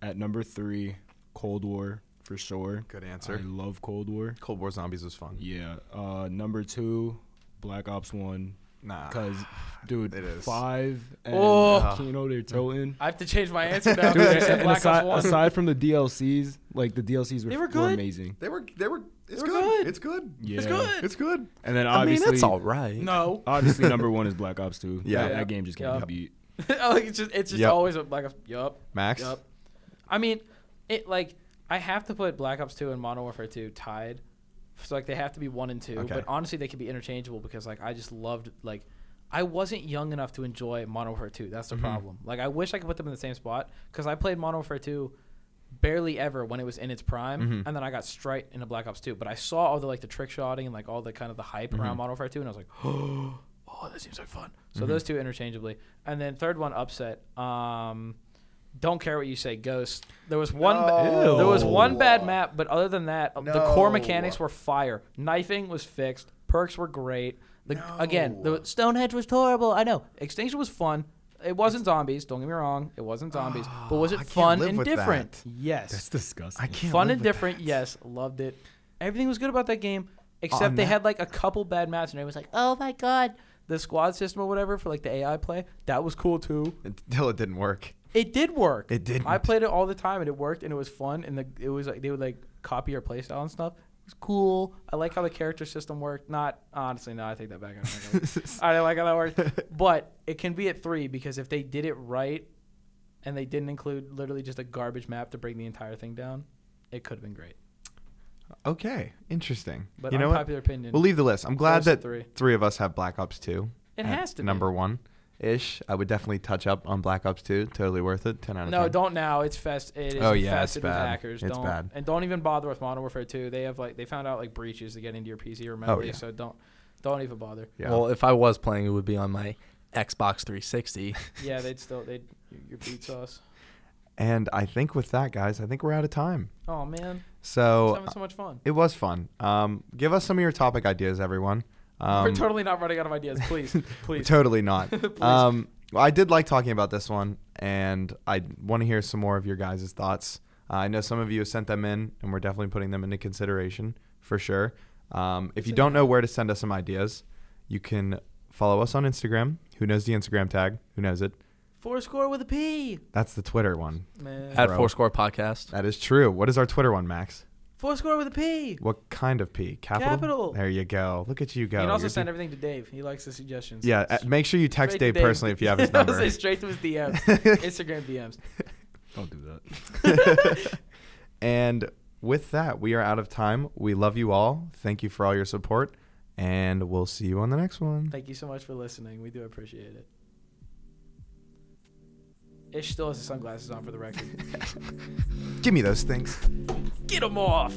Speaker 5: at number three, Cold War for sure.
Speaker 1: Good answer.
Speaker 5: I love Cold War.
Speaker 1: Cold War Zombies was fun.
Speaker 5: Yeah. Uh, number two, Black Ops One.
Speaker 1: Nah,
Speaker 5: Cause, dude,
Speaker 1: Ah, It is.
Speaker 5: five and
Speaker 3: Oh.
Speaker 5: Kino they're toting.
Speaker 3: I have to change my answer now.
Speaker 5: Dude, and,
Speaker 3: Except
Speaker 5: and
Speaker 3: Black Ops
Speaker 5: aside,
Speaker 3: 1.
Speaker 5: aside from the DLCs, like the DLCs were,
Speaker 3: They were
Speaker 5: were,
Speaker 3: good.
Speaker 5: amazing.
Speaker 1: they were they were. It's
Speaker 3: They were
Speaker 1: good.
Speaker 3: good.
Speaker 1: It's good.
Speaker 5: Yeah.
Speaker 3: It's good.
Speaker 1: It's good.
Speaker 5: And then
Speaker 4: I mean
Speaker 5: obviously,
Speaker 4: that's all right.
Speaker 3: No.
Speaker 5: obviously number one is Black Ops Two.
Speaker 1: Yeah.
Speaker 5: that, that game just can't
Speaker 3: Yeah.
Speaker 5: be beat.
Speaker 3: like Oh, it's just it's just
Speaker 1: Yep.
Speaker 3: always a Black Ops. Yup.
Speaker 1: Max.
Speaker 3: Yup. I mean, it like I have to put Black Ops Two and Modern Warfare Two tied. So like they have to be one and two.
Speaker 1: Okay.
Speaker 3: But honestly, they could be interchangeable because like I just loved like I wasn't young enough to enjoy Modern Warfare Two. That's the
Speaker 1: Mm-hmm.
Speaker 3: problem. Like I wish I could put them in the same spot because I played Modern Warfare Two barely ever when it was in its prime
Speaker 1: Mm-hmm.
Speaker 3: and then I got straight into Black Ops 2 but I saw all the like the trick shotting and like all the kind of the hype
Speaker 1: Mm-hmm.
Speaker 3: around Modern Warfare 2 and I was like oh, that seems like fun. So
Speaker 1: Mm-hmm.
Speaker 3: those two interchangeably, and then third one upset. Um, don't care what you say, Ghost. There was one.
Speaker 1: No.
Speaker 3: There was one
Speaker 1: Ew.
Speaker 3: bad map, but other than that, the core
Speaker 1: No.
Speaker 3: mechanics were fire. Knifing was fixed. Perks were great. The, Again, the Stonehenge was horrible. I know. Extinction was fun. It wasn't zombies. Don't get me wrong. It wasn't zombies, but was
Speaker 1: Ah, I
Speaker 3: it
Speaker 1: can't
Speaker 3: fun
Speaker 1: live
Speaker 3: and
Speaker 1: with
Speaker 3: different?
Speaker 1: that.
Speaker 5: That's
Speaker 3: Yes.
Speaker 5: disgusting.
Speaker 3: Fun and different. Yes, loved it. Everything was good about that game, except
Speaker 1: On
Speaker 3: they
Speaker 1: that-
Speaker 3: had like a couple bad maps, and everyone was like, "Oh my god." The squad system or whatever for like the AI play that was cool too.
Speaker 1: Until it didn't work.
Speaker 3: It did work.
Speaker 1: It didn't.
Speaker 3: I played it all the time and it worked and it was fun and the, it was like they would like copy your playstyle and stuff. It was cool. I like how the character system worked. Not honestly, no, I take that back. I don't like how that- I don't like how that worked. But it can be at three because if they did it right and they didn't include literally just a garbage map to bring the entire thing down, it could have been great.
Speaker 1: Okay, interesting.
Speaker 3: But
Speaker 1: you know what?
Speaker 3: unpopular opinion.
Speaker 1: We'll leave the list. I'm glad
Speaker 3: Close to
Speaker 1: that
Speaker 3: three.
Speaker 1: three. of us have Black Ops 2.
Speaker 3: It
Speaker 1: at
Speaker 3: has to be.
Speaker 1: number one ish. I would definitely touch up on Black Ops 2. Totally worth it. 10 out of 10.
Speaker 3: No, don't now. It's fest. It is
Speaker 1: Oh, yeah,
Speaker 3: infested
Speaker 1: it's
Speaker 3: with
Speaker 1: bad.
Speaker 3: hackers.
Speaker 1: It's
Speaker 3: don't
Speaker 1: bad.
Speaker 3: and don't even bother with Modern Warfare 2. They have like they found out like breaches to get into your PC or memory.
Speaker 1: Oh, yeah.
Speaker 3: So don't don't even bother.
Speaker 1: Yeah.
Speaker 4: Well, if I was playing, it would be on my Xbox 360.
Speaker 3: Yeah, they'd still they your beat sauce.
Speaker 1: and I think with that, guys, I think we're out of time.
Speaker 3: Oh man, it's
Speaker 1: So uh,
Speaker 3: having so much fun.
Speaker 1: it was fun. Um, give us some of your topic ideas, everyone. Um,
Speaker 3: We're totally not running out of ideas. Please, please.
Speaker 1: Totally not.
Speaker 3: Please.
Speaker 1: um, well, I did like talking about this one, and I want to hear some more of your guys' thoughts. Uh, I know some of you have sent them in, and we're definitely putting them into consideration for sure. Um, if you don't know where to send us some ideas, you can follow us on Instagram. Who knows the Instagram tag? Who knows it?
Speaker 3: Four score with a P.
Speaker 1: That's the Twitter one.
Speaker 3: Man,
Speaker 4: At
Speaker 1: Bro.
Speaker 4: Fourscore Podcast.
Speaker 1: That is true. What is our Twitter one, Max?
Speaker 3: four score with a P.
Speaker 1: What kind of P? Capital.
Speaker 3: Capital.
Speaker 1: There you go. Look at you go.
Speaker 3: you can also
Speaker 1: You're
Speaker 3: send
Speaker 1: di-
Speaker 3: everything to Dave. He likes the suggestions.
Speaker 1: yeah. uh, Make sure you text
Speaker 3: Straight to
Speaker 1: Dave, personally if you have his
Speaker 3: I'll
Speaker 1: number.
Speaker 3: say straight to his DMs, Instagram DMs.
Speaker 5: Don't do that.
Speaker 1: And with that, we are out of time. We love you all. Thank you for all your support. And we'll see you on the next one.
Speaker 3: Thank you so much for listening. We do appreciate it. Ish still has his sunglasses on for the record.
Speaker 1: Give me those things.
Speaker 3: Get him off.